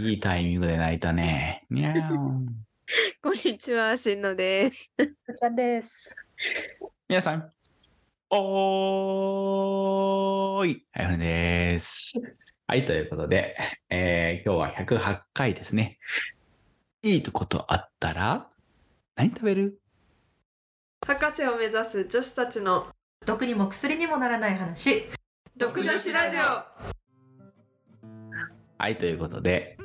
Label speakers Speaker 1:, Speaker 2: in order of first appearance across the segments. Speaker 1: いいタイミングで泣いたね。にゃーん
Speaker 2: こんにちは、しん のです。
Speaker 3: ちゃんです。
Speaker 1: 皆さん、おーい。はやふです。はい、ということで、えー今日は108回ですね。いいとことあったら、何食べる
Speaker 2: 博士を目指す女子たちの
Speaker 3: 毒にも薬にもならない話。
Speaker 2: 独女子ラジオ。
Speaker 1: はい、ということで、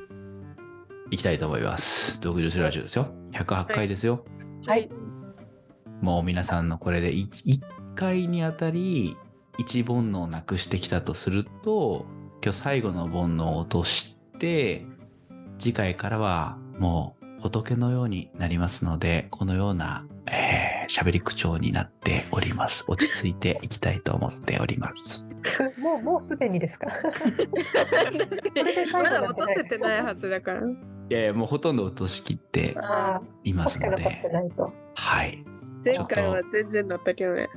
Speaker 1: いきたいと思います。独自ラジオですよ。108回ですよ。
Speaker 3: はい。
Speaker 1: もう皆さんのこれで 1, 回にあたり1煩悩をなくしてきたとすると今日最後の煩悩を落として次回からはもう仏のようになりますのでこのような喋、えー、喋り口調になっております落ち着いていきたいと思っております
Speaker 3: もう、もうすでにですか。
Speaker 2: 確かに、まだ落とせてないはずだから。
Speaker 1: いやいやもうほとんど落としきって
Speaker 3: ああ、
Speaker 1: います
Speaker 3: 確か
Speaker 1: の
Speaker 3: 残って
Speaker 1: で
Speaker 3: ないと。
Speaker 1: はい
Speaker 2: 前回は全然だったけどね。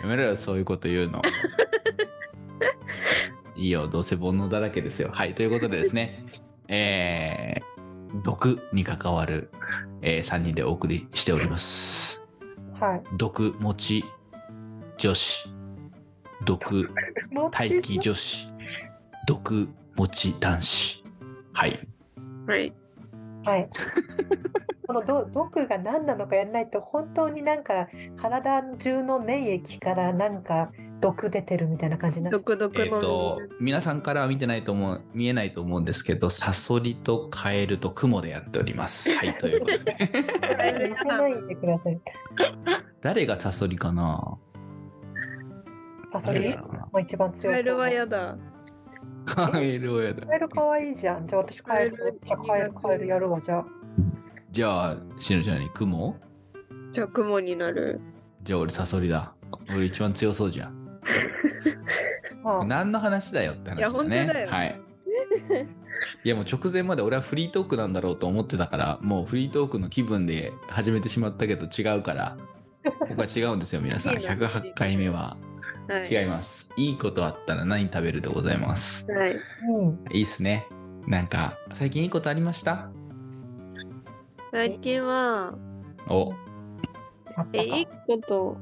Speaker 1: やめろよ、そういうこと言うの。いいよ、どうせ煩悩だらけですよ。はい、ということでですね、えー、毒に関わる、え3人でお送りしております。
Speaker 3: はい。
Speaker 1: 毒持ち女子、毒
Speaker 3: もう
Speaker 1: 待機女子、毒持ち男子。はい。
Speaker 2: はい。
Speaker 3: はい。 このど毒が何なのかやらないと本当になんか体中の粘液からなんか毒出てるみたいな感じになっちゃう
Speaker 2: 独特
Speaker 1: えっ、
Speaker 2: の
Speaker 1: と。、皆さんからは見てないと思う、見えないと思うんですけど、サソリとカエルとクモでやっており ます。はい、ということで。
Speaker 2: えっと
Speaker 3: 寝てないでください。
Speaker 1: 誰がサソリかな
Speaker 3: サソリ
Speaker 1: 誰だ
Speaker 3: も
Speaker 1: ろうな
Speaker 3: う一番強い。
Speaker 2: カエルはやだ。
Speaker 1: カエル親だ
Speaker 3: カエル可愛いじゃん。じゃあ私カエル、じゃあカエルカエルやるわじゃあ。
Speaker 1: じゃあしのちゃんにクモ
Speaker 2: じゃあ、雲になる。
Speaker 1: じゃあ俺サソリだ俺一番強そうじゃん
Speaker 3: まあ、
Speaker 1: 何の話だよって話だね
Speaker 2: いや本当だよ
Speaker 1: はいいやもう直前まで俺はフリートークなんだろうと思ってたからもうフリートークの気分で始めてしまったけど違う から僕は違うんですよ皆さん
Speaker 2: いいな
Speaker 1: 108回目は
Speaker 2: はい。
Speaker 1: 違いますいいことあったら何食べるでございます
Speaker 2: はい。
Speaker 3: うん。
Speaker 1: いいっすねなんか最近いいことありました
Speaker 2: 最近は、
Speaker 1: お
Speaker 3: あった
Speaker 2: え、いいこと。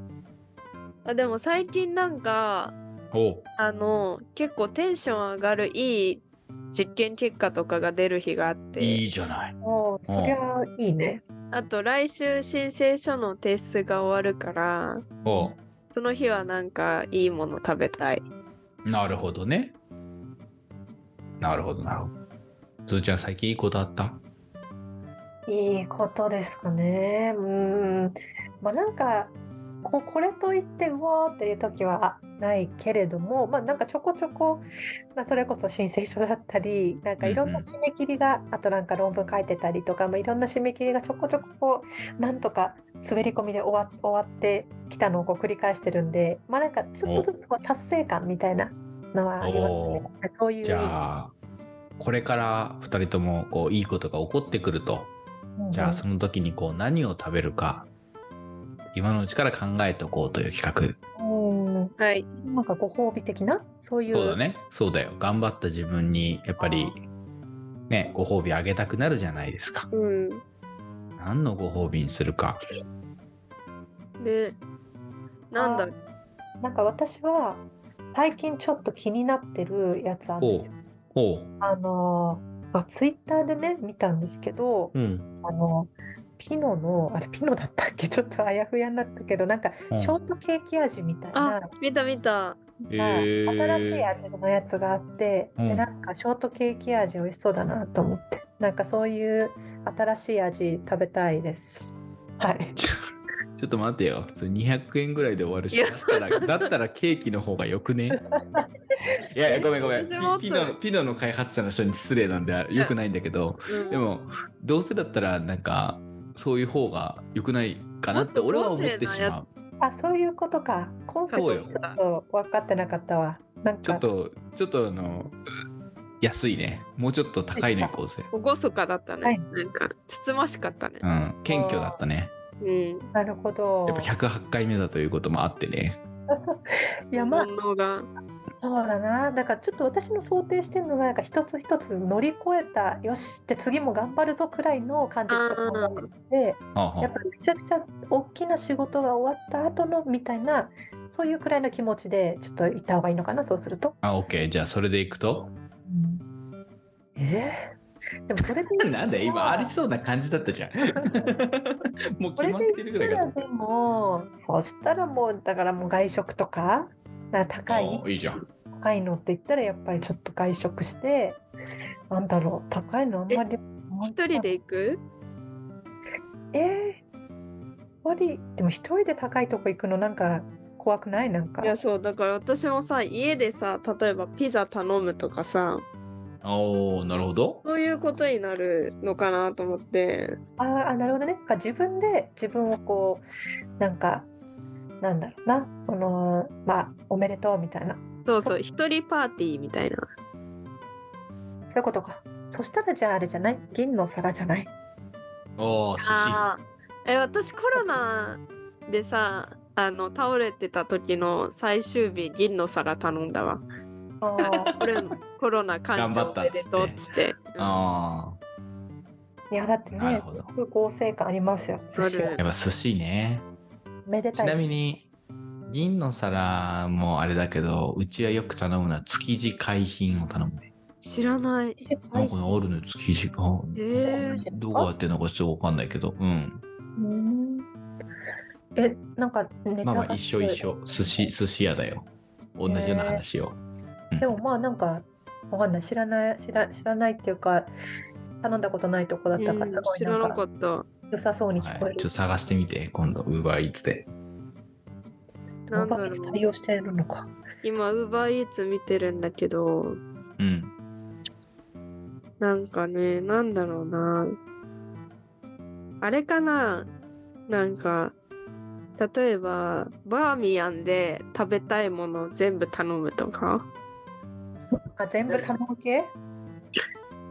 Speaker 2: あ、でも最近なんか、
Speaker 1: お
Speaker 2: あの、結構テンション上がるいい実験結果とかが出る日があって。
Speaker 1: いいじゃない
Speaker 3: もうそりゃいいね。
Speaker 2: あと来週申請書の提出が終わるから
Speaker 1: お
Speaker 2: その日はなんかいいもの食べたい
Speaker 1: なるほどね。なるほど、なるほど。つーちゃん、最近いいことあった
Speaker 3: いいことですかね。うーん。まあなんかここれといってうわーっていう時はあないけれども、まあなんかちょこちょこなそれこそ申請書だったり、なんかいろんな
Speaker 1: うんう
Speaker 3: 締め切りが、あとなんか論文書いてたりとか、まあいろんな締め切りがちょこちょここうなんとか滑り込みで終わ終わってきたのをこう繰り返してるんで、まあなんかちょっとずつこう達成感みたいなのはありますね
Speaker 1: お。
Speaker 3: そういう
Speaker 1: じゃあ、これから2人ともこういいことが起こってくると、
Speaker 3: うん
Speaker 1: じゃあその時にこう何を食べるか、今のうちから考えておこうという企
Speaker 3: うん
Speaker 2: はい
Speaker 3: なんかご褒美的なそうい
Speaker 1: 画。
Speaker 3: う。
Speaker 1: そうだね。そうだよ。頑張った自分に、やっぱり、ね、ご褒美あげたくなるじゃないですか。
Speaker 2: うん
Speaker 1: 何のご褒美にするか。
Speaker 2: ねなんだ
Speaker 3: なんか私は最近ちょっと気になってるやつあるん
Speaker 1: お
Speaker 3: で
Speaker 1: う
Speaker 3: すよ。
Speaker 1: おう。
Speaker 3: あのー、まあ、ツイッターでね見たんですけど、
Speaker 1: うん。
Speaker 3: あのピノのあれピノだったっけちょっとあやふやになったけどなんか
Speaker 1: うん
Speaker 3: ショートケーキ味みたいな、
Speaker 2: 見た見た
Speaker 3: は
Speaker 1: へ
Speaker 3: い
Speaker 1: ー
Speaker 3: 新しい味のやつがあって、
Speaker 1: う
Speaker 3: で
Speaker 1: ん
Speaker 3: なんかショートケーキ味美味しそうだなと思ってなんかそういう新しい味食べたいです。はい。
Speaker 1: ちょちょっと待ってよ。普通200円ぐらいで終わる
Speaker 2: い
Speaker 1: し、
Speaker 2: や
Speaker 1: だったらだったらケーキの方がよくね。いやいや、ごめんごめん。
Speaker 2: 私も思った
Speaker 1: ピノピノの開発者の人に失礼なんであよくないんだけど、
Speaker 2: うん
Speaker 1: でも、どうせだったら、なんか、そういう方がよくないかなって俺は思ってしまう。
Speaker 3: あそういうことかコンセプ
Speaker 1: そうよ
Speaker 3: トちょっと分かってなかったわ。なんか
Speaker 1: ちょっと、ちょっとあの、安いね。もうちょっと高いの行こうぜ。
Speaker 2: 厳かだったね、
Speaker 3: はい
Speaker 2: なんかつつましかったね
Speaker 1: うん、謙虚だったね。
Speaker 2: うん
Speaker 3: なるほど。
Speaker 1: やっぱ108回目だということもあってね。
Speaker 3: いやまあ
Speaker 2: 煩悩が
Speaker 3: そうだなだからちょっと私の想定してるのがなんか一つ一つ乗り越えたよしって次も頑張るぞくらいの感じしか考えなくて
Speaker 1: あは
Speaker 3: やっぱめちゃくちゃ大きな仕事が終わった後のみたいなそういうくらいの気持ちでちょっと行った方がいいのかなそうすると。
Speaker 1: あ、オッケー。じゃあ、それでいくと。
Speaker 3: えーでもそれ で
Speaker 1: なんだよ今ありそうな感じだったじゃ ん。もう
Speaker 3: こ
Speaker 1: 決
Speaker 3: れ
Speaker 1: まっ
Speaker 3: で
Speaker 1: てる
Speaker 3: 言
Speaker 1: ぐ
Speaker 3: っ
Speaker 1: らい
Speaker 3: た
Speaker 1: から
Speaker 3: でもそしたらもうだからもう外食とかだから高い
Speaker 1: おいいじゃん。
Speaker 3: 高いのって言ったらやっぱりちょっと外食してなんだろう高いのあんまり
Speaker 2: 一人で行く
Speaker 3: えー、一人でも一人で高いとこ行くのなんか怖くないなんか
Speaker 2: いやそうだから私もさ家でさ例えばピザ頼むとかさ
Speaker 1: おおなるほど。
Speaker 2: そういうことになるのかなと思って
Speaker 3: あーあなるほどねなんか自分で自分をこうなんかなんだろうなこのまあおめでとうみたいな
Speaker 2: そうそう一人パーティーみたいな
Speaker 3: そういうことかそしたらじゃああれじゃない銀の皿じゃない
Speaker 1: おお寿司。
Speaker 2: あーえ私コロナでさあの倒れてた時の最終日銀の皿頼んだわ
Speaker 3: あ ー
Speaker 2: これコロナ患者
Speaker 1: 頑張
Speaker 2: お
Speaker 1: った
Speaker 2: めでとうっつって
Speaker 1: あ
Speaker 3: いやだって
Speaker 1: あ、なる
Speaker 3: ね
Speaker 1: ほど。
Speaker 3: すごく合成感ありますよ寿司は
Speaker 2: ある
Speaker 1: やっぱ寿司ね。
Speaker 3: めで
Speaker 1: ち
Speaker 3: たい
Speaker 1: なみに、銀の皿もあれだけど、うちはよく頼むのは築地海浜を頼むね。
Speaker 2: 知らない
Speaker 3: 寿司
Speaker 1: なんかねあるのよ、築地。あ
Speaker 2: えー、
Speaker 1: どこやってんのかちょっとわかんないけど、うん。
Speaker 3: うんえ、なんかネタ
Speaker 1: まあまあ
Speaker 3: が
Speaker 1: 一緒一緒。寿司、寿司屋だよ。同じような話を。
Speaker 3: でもまあなんかわかんない知らない知ら知らないっていうか頼んだことないとこだったからすご
Speaker 2: うん
Speaker 3: い
Speaker 2: 知ら
Speaker 3: な
Speaker 2: なんか
Speaker 3: か
Speaker 2: った
Speaker 3: 良さそうに聞こ
Speaker 1: は
Speaker 3: え
Speaker 1: い、ちょっ
Speaker 3: る
Speaker 1: と。探してみて、今度、ウーバーイーツで。
Speaker 2: なんだろう
Speaker 3: ロボット対応してるのか。
Speaker 2: 今ウーバーイーツ見てるんだけど
Speaker 1: うん。
Speaker 2: なんかねなんだろうなあれかななんか例えばバーミヤンで食べたいものを全部頼むとか
Speaker 3: あ全部頼む系？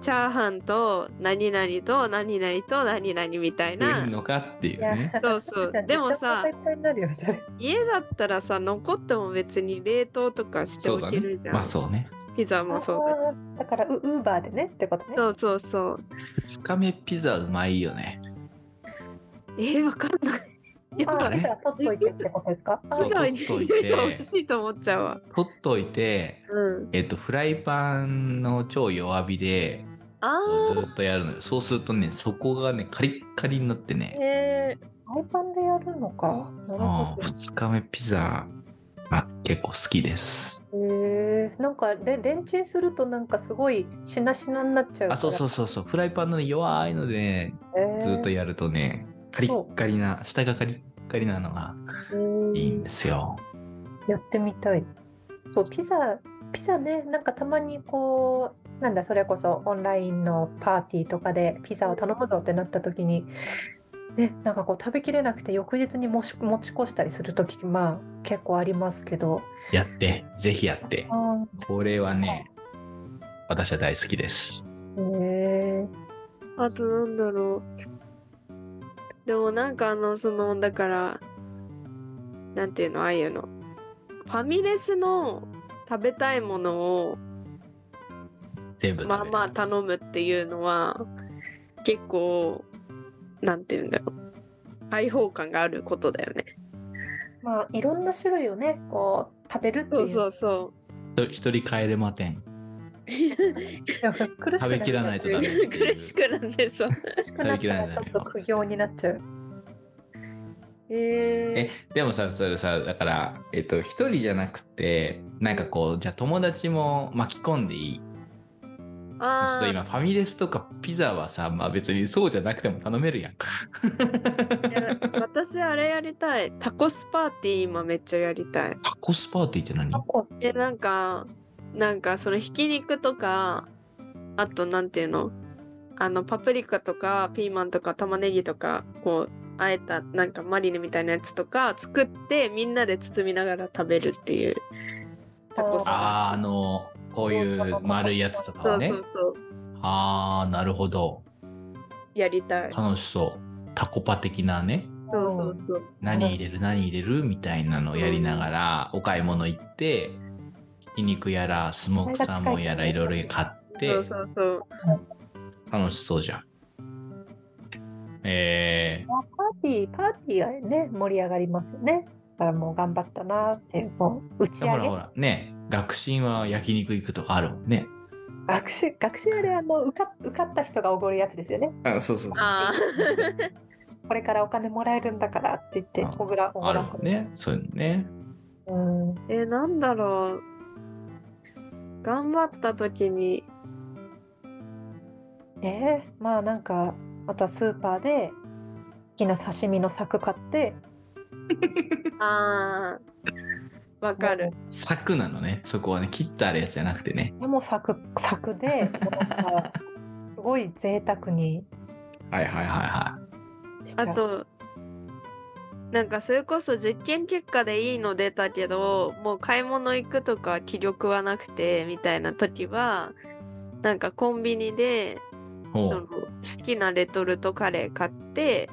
Speaker 2: チャーハンと何々と何々と何々みたい
Speaker 1: 増え
Speaker 2: な
Speaker 1: るのかっていうね。
Speaker 2: そうそうでもさ
Speaker 3: 絶対お腹いっぱいになるよそれ。
Speaker 2: 家だったらさ残っても別に冷凍とかして
Speaker 1: そ
Speaker 2: お
Speaker 1: うだ
Speaker 2: け
Speaker 1: ね
Speaker 2: るじ。ゃん、
Speaker 1: まあそうね。
Speaker 2: ピザもそうだ
Speaker 3: あーだからウウーバーでねってことね。
Speaker 2: そうそうそう
Speaker 1: 2日目ピザうまいよね。
Speaker 2: えー、わかんないいや
Speaker 3: あ
Speaker 1: だ
Speaker 3: ー
Speaker 1: ね
Speaker 3: ピザ取っといてってことですか？あ
Speaker 1: そう
Speaker 2: ピザを
Speaker 1: 取っ
Speaker 2: 一
Speaker 1: といて
Speaker 2: 人で美味しいと思っちゃうわ
Speaker 1: 取っといて、
Speaker 2: うん
Speaker 1: えっと、フライパンの超弱火で
Speaker 2: あ
Speaker 1: ず
Speaker 2: ー
Speaker 1: っとやるのよ。そうするとね、そこがね、カリッカリになってね。
Speaker 2: えー、
Speaker 3: フライパンでやるのか。なる
Speaker 1: う
Speaker 3: ほ
Speaker 1: ん、
Speaker 3: ど。
Speaker 1: 2日目ピザが結構好きです。
Speaker 3: へえなんかレレンチンするとなんかすごいしなしなになっちゃうから。
Speaker 1: あ、そうそうそうそう。フライパンのね弱いのでね、
Speaker 3: へー
Speaker 1: ずっとやるとね、カリッカリな、下がカリッカリなのがいいんですよ。
Speaker 3: やってみたい。そうピザピザねなんかたまにこうなんだそれこそオンラインのパーティーとかでピザを頼むぞってなった時に。ね、なんかこう食べきれなくて翌日にもし持ち越したりする時まあ結構ありますけど、
Speaker 1: やって、ぜひやって。これはね、私は大好きです。
Speaker 3: へえ
Speaker 2: あとなんだろうでもなんかあのそのだからなんていうのああいうのファミレスの食べたいものを
Speaker 1: 全部食べ
Speaker 2: まあ
Speaker 1: る。
Speaker 2: まあ頼むっていうのは結構なんていうんだろう開放感があることだよね
Speaker 3: まあいろんな種類をねこう食べるってい
Speaker 2: そううそうそ
Speaker 1: 一人帰れまてん。
Speaker 2: う
Speaker 3: 苦しく
Speaker 1: 食べきらないとダメっていう
Speaker 2: 苦しくなってそう
Speaker 3: 苦しくなったらちょっと苦行になっちゃう。
Speaker 1: え、
Speaker 2: え
Speaker 1: でもさ、それさ、だから、えっと、一人じゃなくて、なんかこう、じゃあ友達も巻き込んでいい。ちょっと今、
Speaker 2: あ
Speaker 1: ファミレスとかピザはさ、まあ別にそうじゃなくても頼め るやんか。
Speaker 2: ーいや私あれやりたいタコスパーティー今めっちゃやりたい
Speaker 1: タコスパーティーって何
Speaker 3: タコス
Speaker 2: えなんかなんかそのひき肉とかあとなんていうのあのパプリカとかピーマンとか玉ねぎとかこうあえたなんかマリネみたいなやつとか作ってみんなで包みながら食べるっていうタコス
Speaker 1: あーあの、こういう丸いやつとか
Speaker 2: そ
Speaker 1: は
Speaker 2: う
Speaker 1: ね
Speaker 2: そ。うそう
Speaker 1: ああ、なるほど。
Speaker 2: やりたい
Speaker 1: 楽しそう。タコパ的なね。
Speaker 2: そうそうそう
Speaker 1: 何入れる何入れるみたいなのをやりながらお買い物行ってひき肉やらスモークサーモンやらいろいろ買って
Speaker 2: そうそうそう
Speaker 1: 楽しそうじゃん。え
Speaker 3: まあパーティー、パーティーがね、盛り上がりますね。だからもう頑張ったなって、こう、打ち
Speaker 1: ー、ほ
Speaker 3: 上
Speaker 1: らほ
Speaker 3: げ。
Speaker 1: らね学習は焼肉行くとかあるもんね。
Speaker 3: 学習、学習あれ、あの、受か受かった人がおごるやつですよね。
Speaker 1: あそうそう
Speaker 2: あ
Speaker 3: これからお金もらえるんだからって言って、
Speaker 1: あ
Speaker 3: おぐら、お
Speaker 1: あ
Speaker 3: ご
Speaker 1: る
Speaker 3: ら
Speaker 1: もん
Speaker 3: せる。
Speaker 1: ねそういうのね。
Speaker 3: うん。
Speaker 2: ーえなんだろう頑張った時に
Speaker 3: えーまあなんか、あとはスーパーで、好きな刺身の柵買って、
Speaker 2: あーわかる
Speaker 1: 柵なのねそこはね切ってあるやつじゃなくてね。
Speaker 3: もう柵、柵で、 もうなんか、すごい贅沢に
Speaker 1: はいはいはいは
Speaker 3: しちゃ
Speaker 2: あ
Speaker 3: う。
Speaker 2: となんかそれこそ実験結果でいいの出たけどもう買い物行くとか気力はなくてみたいな時はなんかコンビニで
Speaker 1: い。
Speaker 2: そ
Speaker 1: ほ
Speaker 2: の
Speaker 1: う
Speaker 2: 好きなレトルトカレー買って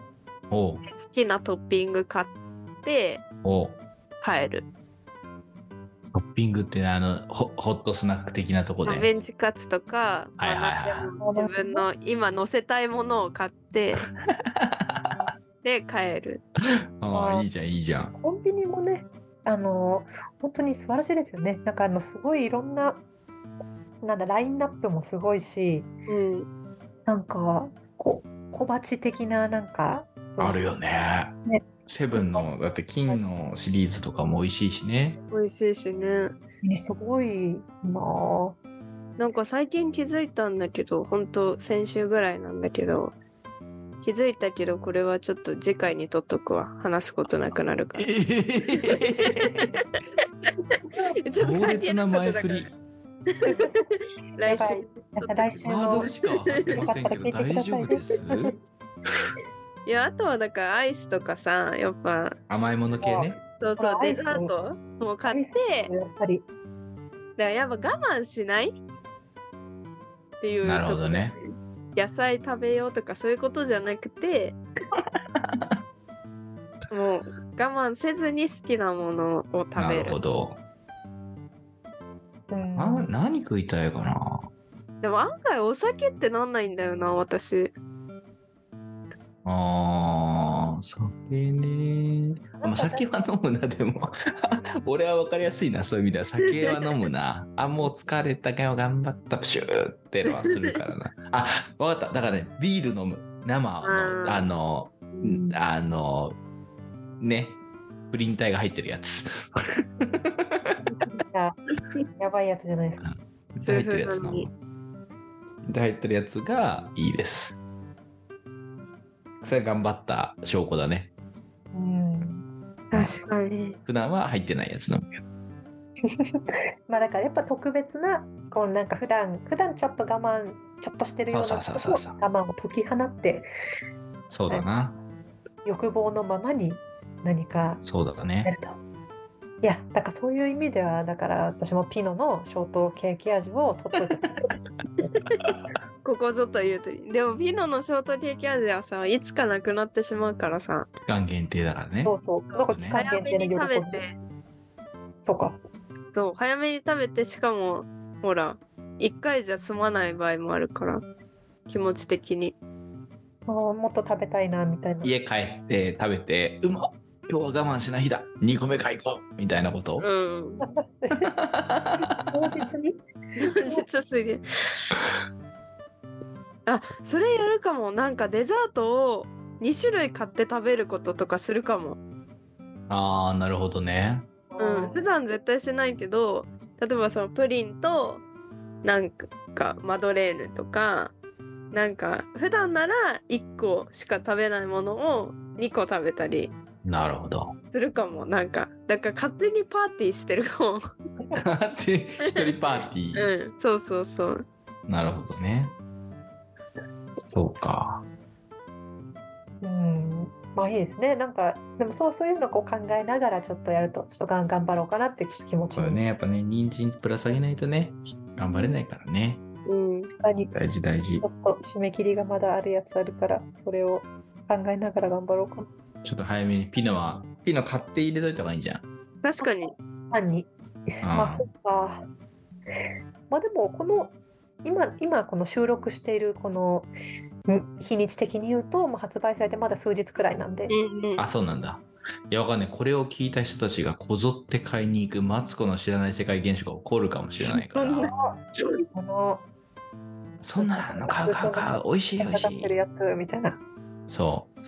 Speaker 1: ほ
Speaker 2: 好きなトッピング買って
Speaker 1: うほう
Speaker 2: 帰る
Speaker 1: トッピングってねあのホホットスナック的なとこ
Speaker 2: まあ
Speaker 1: で
Speaker 2: メ。ンチカツとか、まあ
Speaker 1: はいはいはい
Speaker 2: 何でも自分の今乗せたいものを買って で帰る
Speaker 1: ああいいじゃんいいじゃん。
Speaker 3: コンビニもね、あの本当に素晴らしいですよね。なんかあのすごいいろんな、なんだラインナップもすごいし、
Speaker 2: うん
Speaker 3: なんかこ小鉢的ななんかそう
Speaker 1: あるよね。
Speaker 3: ね
Speaker 1: セブンのだって金のシリーズとかも美味しいし ね。
Speaker 2: 美味しいしね
Speaker 3: ねすごいまあ
Speaker 2: なんか最近気づいたんだけど本当先週ぐらいなんだけど気づいたけどこれはちょっと次回にとっとくわ話すことなくなるから ちょっ
Speaker 1: 強
Speaker 2: と関係
Speaker 1: 烈
Speaker 2: な
Speaker 1: ない前
Speaker 2: ことだか
Speaker 1: 振
Speaker 2: ら
Speaker 1: り。
Speaker 2: 来週
Speaker 3: やばいなんか来週
Speaker 1: ハード
Speaker 3: の
Speaker 1: ルしか上がってませんけど大丈夫です？
Speaker 2: いやあとはだからアイスとかさやっぱ
Speaker 1: 甘いもの系ね。
Speaker 2: そうそう
Speaker 3: あア
Speaker 2: デ
Speaker 3: イス
Speaker 2: ザートも買ってだか
Speaker 3: やっぱり
Speaker 2: らやっぱ我慢しないっていう
Speaker 1: なるほどね
Speaker 2: とこ野菜食べようとかそういうことじゃなく てもう我慢せずに好きなものを食
Speaker 1: な
Speaker 2: べ
Speaker 1: る
Speaker 2: る
Speaker 1: ほど。
Speaker 3: うん
Speaker 1: な何食いたいかな。
Speaker 2: でも案外お酒ってなんないんだよな私
Speaker 1: ああ酒ね。まあ、酒は飲むなでも俺は分かりやすいなそういう意味では酒は飲むなあもう疲れたけど頑張ったプシューってのはするからなあ分かっただからねビール飲む生を飲む
Speaker 2: あー
Speaker 1: あの
Speaker 3: うん
Speaker 1: あのねプリン体が入ってるやつ
Speaker 3: じゃあやばいやつじゃないですか。
Speaker 1: 入ってるやつ飲む入ってるやつがいいですそれは頑張った証拠だね
Speaker 3: うん。
Speaker 2: 確かに
Speaker 1: 普段は入ってないやつ飲むけど
Speaker 3: まあだからやっぱ特別なこうなんか普段普段ちょっと我慢ちょっとしてるような
Speaker 1: そう
Speaker 3: こ
Speaker 1: そ
Speaker 3: と
Speaker 1: う
Speaker 3: を
Speaker 1: そうそうそう
Speaker 3: 我慢を解き放って
Speaker 1: そうだな
Speaker 3: 欲望のままに何か
Speaker 1: そうだ
Speaker 3: や
Speaker 1: ね
Speaker 3: ると。いや、だからそういう意味では、だから私もピノのショートケーキ味を取っとい て。
Speaker 2: ここぞというとでもピノのショートケーキ味はさいつかなくなってしまうからさ
Speaker 1: 期間限定だからね
Speaker 3: そうそう。なんか期間
Speaker 2: 早
Speaker 3: 限
Speaker 2: め
Speaker 3: 定
Speaker 2: に
Speaker 3: の
Speaker 2: 食
Speaker 3: 喜
Speaker 2: べ
Speaker 3: び。
Speaker 2: て
Speaker 3: そうか。
Speaker 2: そう早めに食べてしかもほら1回じゃ済まない場合もあるから気持ち的に
Speaker 3: もうもっと食べたいなみたいな。
Speaker 1: 家帰って食べてうまっ今日は我慢しない日だ2個目買いこうみたいな こと、
Speaker 2: うん
Speaker 3: 当日に。
Speaker 2: 実すぎるあそれやるかもなんかデザートを2種類買って食べることとかするかも、
Speaker 1: ああなるほどね
Speaker 2: うん、普段絶対しないけど例えばそのプリンとなんかマドレーヌとかなんか普段なら1個しか食べないものを2個食べたり
Speaker 1: なるほ ど
Speaker 2: するかもなんかだから勝手にパーティーしてるかも
Speaker 1: って一人パーティー、
Speaker 2: うん そうそうそう
Speaker 1: なるほどねそうか
Speaker 3: うん。まあいいですね。なんかでもそうそういうのをこう考えながらちょっとやるとちょっとがん頑張ろうかなって気持ち
Speaker 1: これ
Speaker 3: に。
Speaker 1: ねやっぱね人参プラスあげないとね頑張れないからね
Speaker 2: うん
Speaker 3: 他にち
Speaker 1: 大事大事
Speaker 3: ょっと締め切りがまだあるやつあるからそれを考えながら頑張ろうかな。
Speaker 1: ちょっと早めにピノはピノ買って入れといた方がいいんじゃん
Speaker 2: 確かに
Speaker 3: パンにまあ、そっか。まあ、でも、この、今、今、この収録している、この。ん日にち的に言うと、まあ、発売されてまだ数日くらいなん
Speaker 2: う
Speaker 3: で。
Speaker 2: ん うん
Speaker 1: あ、そうなんだ。いや、わかんない。これを聞いた人たちがこぞって買いに行くマツコの知らない世界現象が起こるかもしれないか
Speaker 2: そん
Speaker 1: ら。
Speaker 3: この、
Speaker 1: そんなの買う買う買う。美味しい美味
Speaker 3: 戦っ
Speaker 1: しい
Speaker 3: て。るやつみたいな。
Speaker 1: そう。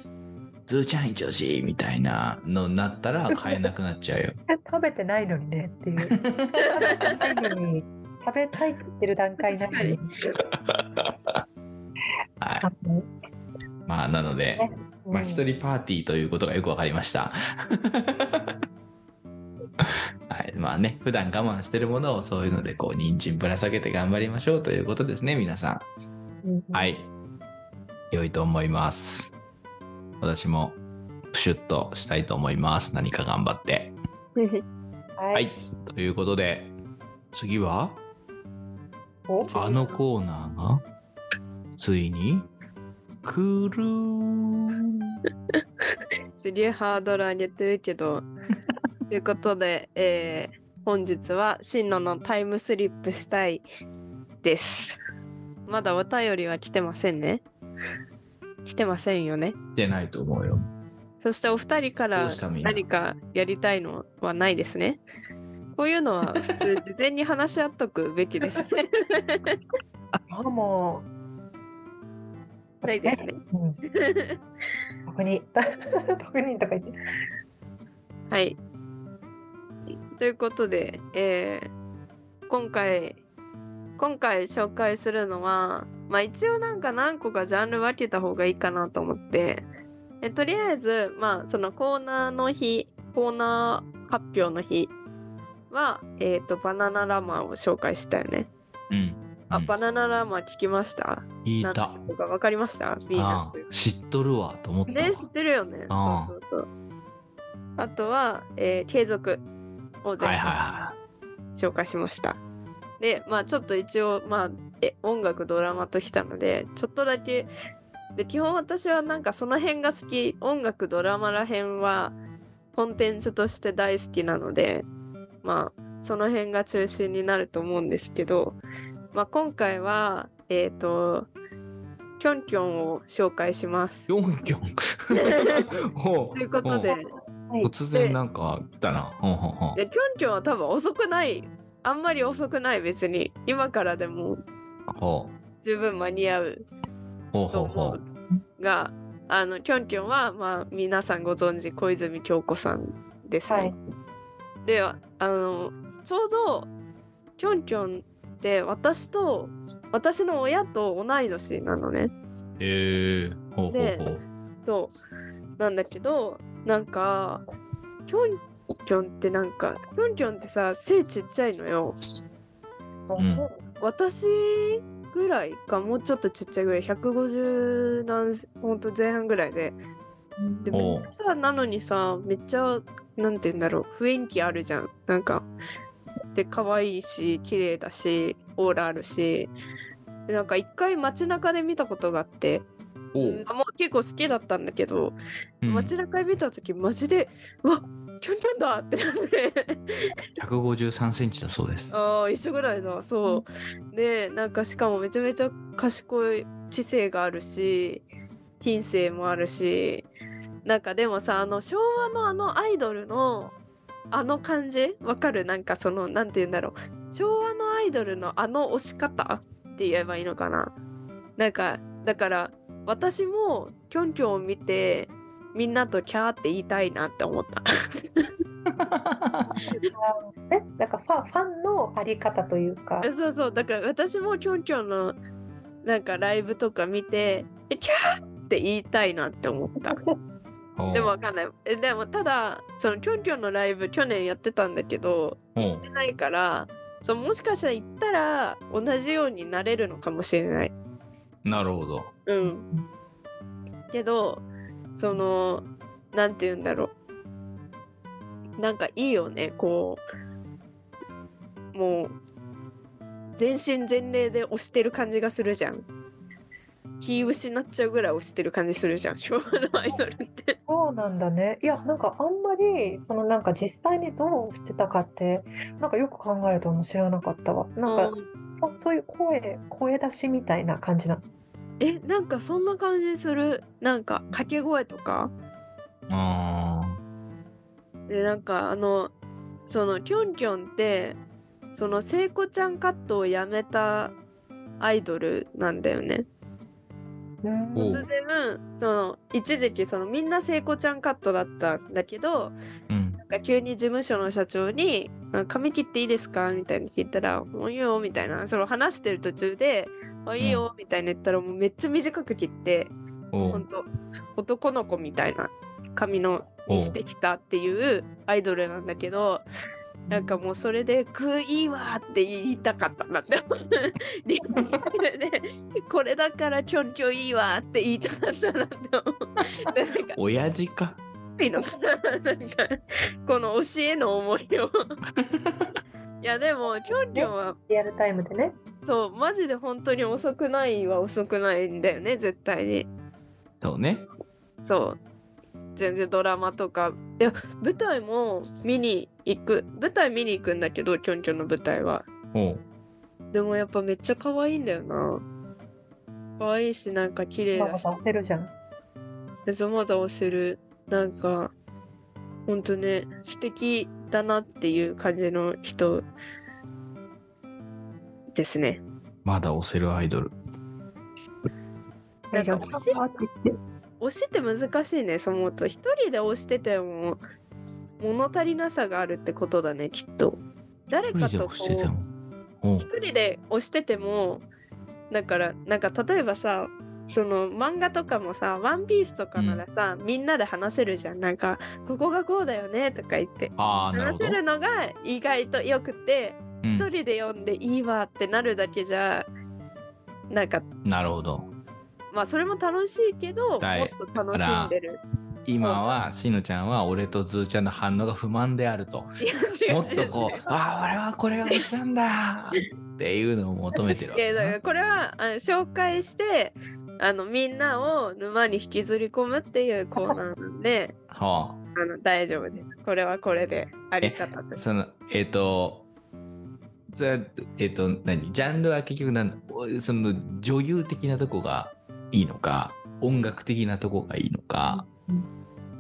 Speaker 1: ズーちゃん一押しみたいなのになったら買えなくなっちゃうよ。
Speaker 3: 食べてないのにねっていう食べてないのに食べたいって言ってる段階な
Speaker 2: 確
Speaker 3: の
Speaker 2: かに
Speaker 3: に。
Speaker 1: はい。
Speaker 3: あの
Speaker 1: まあ、なので、
Speaker 3: うん
Speaker 1: まあ、一人パーティーということがよくわかりました。 はい、まあね、普段我慢してるものをそういうので、こう、人参ぶら下げて頑張りましょうということですね、皆さ
Speaker 3: うん
Speaker 1: ん。はい。良いと思います。私も、プシュッとしたいと思います。何か頑張って。
Speaker 3: は
Speaker 1: はいい。ということで、次は、
Speaker 3: お
Speaker 2: 次は
Speaker 1: あのコーナーが、ついに、くるー
Speaker 2: すげえハードル上げてるけど。ということで、えー本日は進路のタイムスリップしたいです。まだお便りは来てませんね。来てませんよね。
Speaker 1: 出ないと思うよ。
Speaker 2: そしてお二人か
Speaker 1: ど
Speaker 2: ら
Speaker 1: うしたみんな。
Speaker 2: 何かやりたいのはないですね。こういうのは普通事前に話し合っとくべきです。
Speaker 3: あもう
Speaker 2: ないですね。
Speaker 3: うん、特に 特にとか言って
Speaker 2: はい。ということで、えー今回今回紹介するのは、まあ、一応なんか何個かジャンル分けた方がいいかなと思ってえとりあえず、まあ、そのコーナーの日コーナー発表の日は、えー、とバナナラマーを紹介したよね。
Speaker 1: うん。
Speaker 2: あ、
Speaker 1: うん
Speaker 2: バナナラマー聞きました
Speaker 1: 聞い
Speaker 2: なん
Speaker 1: た。
Speaker 2: とか分かりましたビーナ
Speaker 1: あ
Speaker 2: ス
Speaker 1: あ知っとるわと思ったわ。
Speaker 2: ね知ってるよね。
Speaker 1: ああ
Speaker 2: そうそうそう。あとは、えー継続を
Speaker 1: はい
Speaker 2: 前
Speaker 1: はい
Speaker 2: 回
Speaker 1: は
Speaker 2: 紹介しました。でまあちょっと一応まあえ音楽ドラマときたのでちょっとだけで基本私はなんかその辺が好き音楽ドラマら辺はコンテンツとして大好きなのでまあその辺が中心になると思うんですけど、まあ、今回はえっ、とキョンキョンを紹介します
Speaker 1: い。。キョンキ ョン。ほ
Speaker 2: ということで、
Speaker 1: ほう突然なんか来たな。ほうほうほ
Speaker 2: いやキョンキョンは多分遅くないあんまり遅くない別に今からでも
Speaker 1: うほ
Speaker 2: 十分間に合う
Speaker 1: うほう
Speaker 2: と
Speaker 1: ほうほ
Speaker 2: 思
Speaker 1: う。
Speaker 2: うがあのキョンキョンは、まあ、皆さんご存知小泉京子さんですね。
Speaker 3: はい
Speaker 2: であのちょうどキョンキョンって私と私の親と同い年なのね。
Speaker 1: へえほうほうほう。
Speaker 2: そうなんだけどなんかキョンキョンってなんかキョンキョンってさ背ちっちゃいのよ。
Speaker 1: うん
Speaker 2: 私ぐらいかもうちょっとちっちゃいぐらい150何ほんと前半ぐらいでで
Speaker 1: おう
Speaker 2: めっちゃさなのにさめっちゃなんて言うんだろう雰囲気あるじゃんなんかで可愛いし綺麗だしオーラあるしでなんか一回街中で見たことがあって
Speaker 1: おう。
Speaker 2: あもう結構好きだったんだけど、
Speaker 1: うん
Speaker 2: 街中で見た時マジでうわキョンキョンだってなって。
Speaker 1: 153センチだそうです。
Speaker 2: ああ一緒ぐらいだそうでなんかしかもめちゃめちゃ賢い知性があるし品性もあるしなんかでもさあの昭和のあのアイドルのあの感じわかるなんかそのなんて言うんだろう昭和のアイドルのあの押し方って言えばいいのかななんかだから私もキョンキョンを見てみんなとキャーって言いたいなって思った。
Speaker 3: えなんかファンファンのあり方というか
Speaker 2: えそうそうだから私もキョンキョンのなんかライブとか見てえキャーって言いたいなって思った
Speaker 1: ほう
Speaker 2: でもわかんないえでもただそのキョンキョンのライブ去年やってたんだけど
Speaker 1: ほう
Speaker 2: ないからそうもしかしたら行ったら同じようになれるのかもしれない
Speaker 1: なるほど。
Speaker 2: うんけどそのなんて言うんだろうなんかいいよねこうもう全身全霊で押してる感じがするじゃん気失っちゃうぐらい推してる感じするじゃん昭和のアイドルって。
Speaker 3: そうなんだね。いや、なんかあんまり、そのなんか実際にどうしてたかって、なんかよく考えると面白なかったわ。なんか、そそういう声、声出しみたいな感じなの。
Speaker 2: えなんかそんな感じするなんか掛け声とか
Speaker 1: あー
Speaker 2: でなんかあのそのキョンキョンってその聖子ちゃんカットをやめたアイドルなんだよね
Speaker 3: うん
Speaker 1: おう
Speaker 2: 突然その一時期そのみんな聖子ちゃんカットだったんだけど
Speaker 1: うん
Speaker 2: なんか急に事務所の社長にあ「髪切っていいですか?」みたいに聞いたら「もういいよ」みたいなその話してる途中で「あいいよ」みたいな言ったらもうめっちゃ短く切って
Speaker 1: お
Speaker 2: 本当男の子みたいな髪のにしてきたっていうアイドルなんだけどなんかもうそれで「くいいわ」って言いたかったんだってリアルでこれだからキョンキョンいいわって言いたかったなって思うでなんか
Speaker 1: 親父か
Speaker 2: いいのかななんかこの教えの思いをいやでもキョンキョンは
Speaker 3: リアルタイムでね。
Speaker 2: そうマジで本当に遅くないは遅くないんだよね絶対に
Speaker 1: そうね
Speaker 2: そう全然ドラマとかいや舞台も見に行く舞台見に行くんだけどキョンキョンの舞台は
Speaker 1: お
Speaker 2: でもやっぱめっちゃ可愛いんだよな可愛いしなんか綺麗
Speaker 3: まあ、ま
Speaker 2: だした
Speaker 3: 焦るじゃん。
Speaker 2: でゾマダをするなんかほんとね素敵だなっていう感じの人ですね
Speaker 1: まだ押せるアイドル
Speaker 2: なんか
Speaker 3: え
Speaker 2: 欲 しい
Speaker 3: パーティーって
Speaker 2: 推しって難しいねそう思うと一人で推してても物足りなさがあるってことだねきっと誰
Speaker 1: 無
Speaker 2: か
Speaker 1: 理で
Speaker 2: とこ
Speaker 1: 押してて
Speaker 2: う
Speaker 1: もおう
Speaker 2: 一人で押しててもだからなんか例えばさその漫画とかもさ「ワンピースとかならさ、みんなで話せるじゃんなんか「ここがこうだよね」とか言って
Speaker 1: ああなる
Speaker 2: 話
Speaker 1: ほ
Speaker 2: せ
Speaker 1: ど、
Speaker 2: るのが意外とよくて
Speaker 1: うん
Speaker 2: 一人で読んでいいわってなるだけじゃなんか
Speaker 1: なるほど
Speaker 2: まあそれも楽しいけどもっ
Speaker 1: はい
Speaker 2: と楽しんでる。
Speaker 1: 今はしのちゃんは俺とずーちゃんの反応が不満であると
Speaker 2: い や違
Speaker 1: も
Speaker 2: う
Speaker 1: っとこ
Speaker 2: 違う
Speaker 1: う「ああ俺はこれが推しなんだ」っていうのを求めてるわ
Speaker 2: いや
Speaker 1: け
Speaker 2: だか
Speaker 1: な
Speaker 2: らこれはあの紹介してあのみんなを沼に引きずり込むっていうコーナーなんで
Speaker 1: は
Speaker 2: あの大丈夫です。これはこれであり方と
Speaker 1: あ
Speaker 2: して。
Speaker 1: そのえっ、とそれはえっ、と何ジャンルは結局なんその女優的なとこがいいのか音楽的なとこがいいのか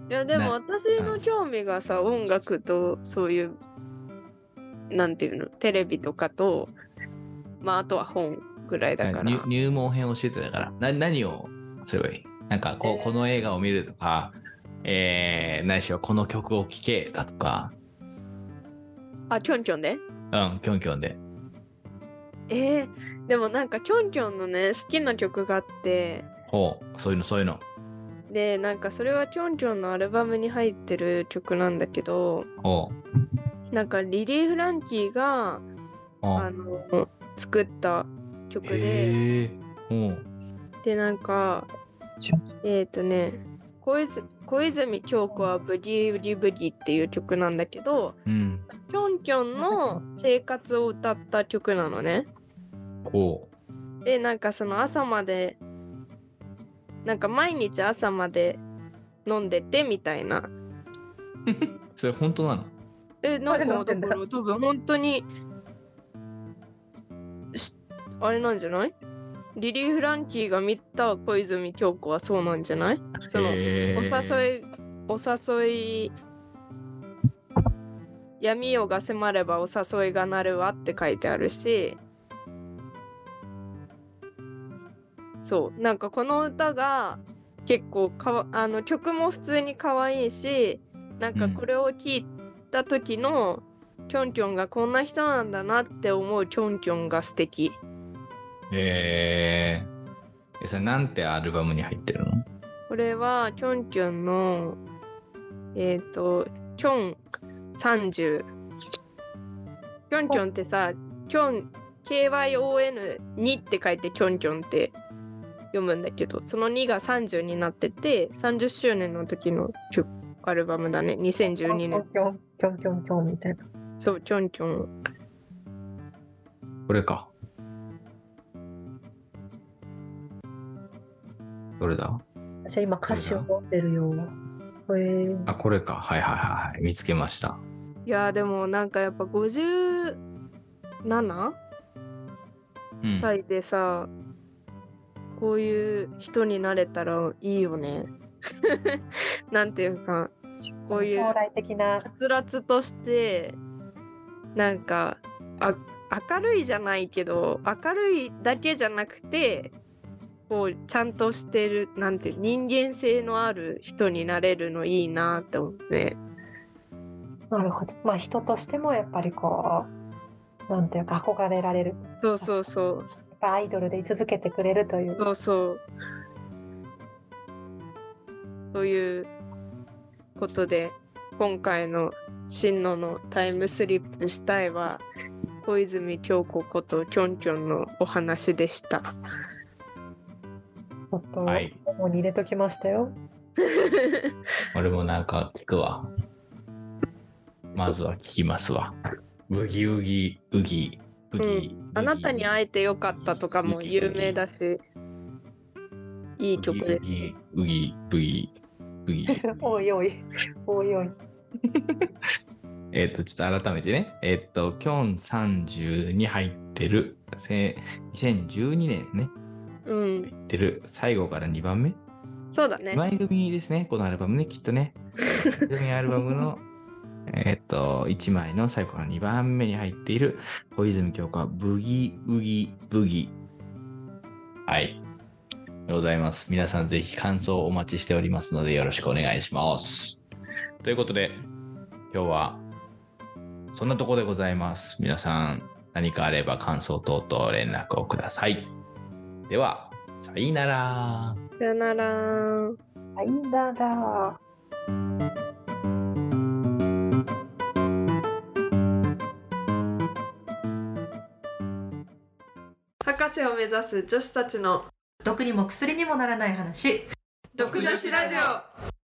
Speaker 2: いやで
Speaker 1: ね
Speaker 2: も私の興味がさ音楽とそういうなんていうのテレビとかとまああとは本ぐらいだから。
Speaker 1: 入入門編を教えてたからな何をすればいいなんかこう、
Speaker 2: えー
Speaker 1: この映画を見るとかえー、ないしはこの曲を聴けだとか
Speaker 2: あキョンキョンで
Speaker 1: うんキョンキョンで
Speaker 2: えー、でもなんかキョンキョンのね好きな曲があって
Speaker 1: ほうそういうのそういうの
Speaker 2: でなんかそれはキョンキョンのアルバムに入ってる曲なんだけど
Speaker 1: ほう
Speaker 2: なんかリリー・フランキーが
Speaker 1: ほう
Speaker 2: あの作った曲で、
Speaker 1: へえほう
Speaker 2: でなんかえっ、ー、とね小泉小泉京子はブギブギブギっていう曲なんだけど
Speaker 1: うん
Speaker 2: キョンキョンの生活を歌った曲なのね。
Speaker 1: ほう
Speaker 2: でなんかその朝までなんか毎日朝まで飲んでてみたいな
Speaker 1: それ本当なの
Speaker 2: え、な
Speaker 3: あ
Speaker 2: ん
Speaker 3: れ
Speaker 2: か
Speaker 3: なんて
Speaker 2: だ
Speaker 3: んだ
Speaker 2: から多分本当にしあれなんじゃないリリー・フランキーが見た小泉京子はそうなんじゃないその
Speaker 1: へ
Speaker 2: お
Speaker 1: ー
Speaker 2: 誘いお誘い闇夜が迫ればお誘いがなるわって書いてあるしそうなんかこの歌が結構かわあの曲も普通に可愛いしなんか
Speaker 1: うん
Speaker 2: これを聞いた時のキョンキョンがこんな人なんだなって思うキョンキョンが素敵
Speaker 1: へえ。それなんてアルバムに入ってるの
Speaker 2: これはキョンキョンのえっ、とキョン30キョンキョンってさキョン KYON2 って書いてキョンキョンって読むんだけどその2が30になってて30周年の時の曲アルバムだね2012年
Speaker 3: キョンキョンキョンキョンみたいな。
Speaker 2: そうキョンキョン
Speaker 1: これか。どれだ
Speaker 3: 私は今歌詞を持ってるよ。えー、
Speaker 1: あ、これか。はいはいはいはい。見つけました。
Speaker 2: いやーでもなんかやっぱ 57?
Speaker 1: うん、
Speaker 2: 歳でさ、こういう人になれたらいいよね。 なんていうかこういう
Speaker 3: 将来的な
Speaker 2: はつらつとしてなんかあ明るいじゃないけど明るいだけじゃなくてこうちゃんとしてるなんていう人間性のある人になれるのいいなって 思って
Speaker 3: なるほど。まあ人としてもやっぱりこうなんていうか憧れられる。
Speaker 2: そうそうそう
Speaker 3: やっぱアイドルで居続けてくれるという。
Speaker 2: そうそうということで今回の真野のタイムスリップしたいは小泉京子こときょんきょんのお話でした。
Speaker 3: ちょっと、
Speaker 1: はい。
Speaker 3: もう入れときましたよ。
Speaker 1: 俺もなんか聞くわ。まずは聞きますわ。ブギウギウギウギ。
Speaker 2: あなたに会えてよかったとかも有名だし、いい曲です。
Speaker 1: す。ウギウギウギ。
Speaker 3: おいおい。おいおい。
Speaker 1: えっと、ちょっと改めてね。えっと、キョン30に入ってる、せ2012年ね、
Speaker 2: うん、
Speaker 1: 入ってる最後から2番目
Speaker 2: そうだね。
Speaker 1: 番組ですね、このアルバムね、きっとね。番組アルバムの、えっと、1枚の最後の2番目に入っている、小泉京子はブギウギブギ。はい。でございます。皆さんぜひ感想をお待ちしておりますので、よろしくお願いします。ということで、今日は、そんなとこでございます。皆さん、何かあれば感想等々連絡をください。では、さよなら。
Speaker 2: さよなら。
Speaker 3: あいいんだだ。
Speaker 2: 博士を目指す女子たちの
Speaker 4: 毒にも薬にもならない話
Speaker 2: 独女子ラジオ。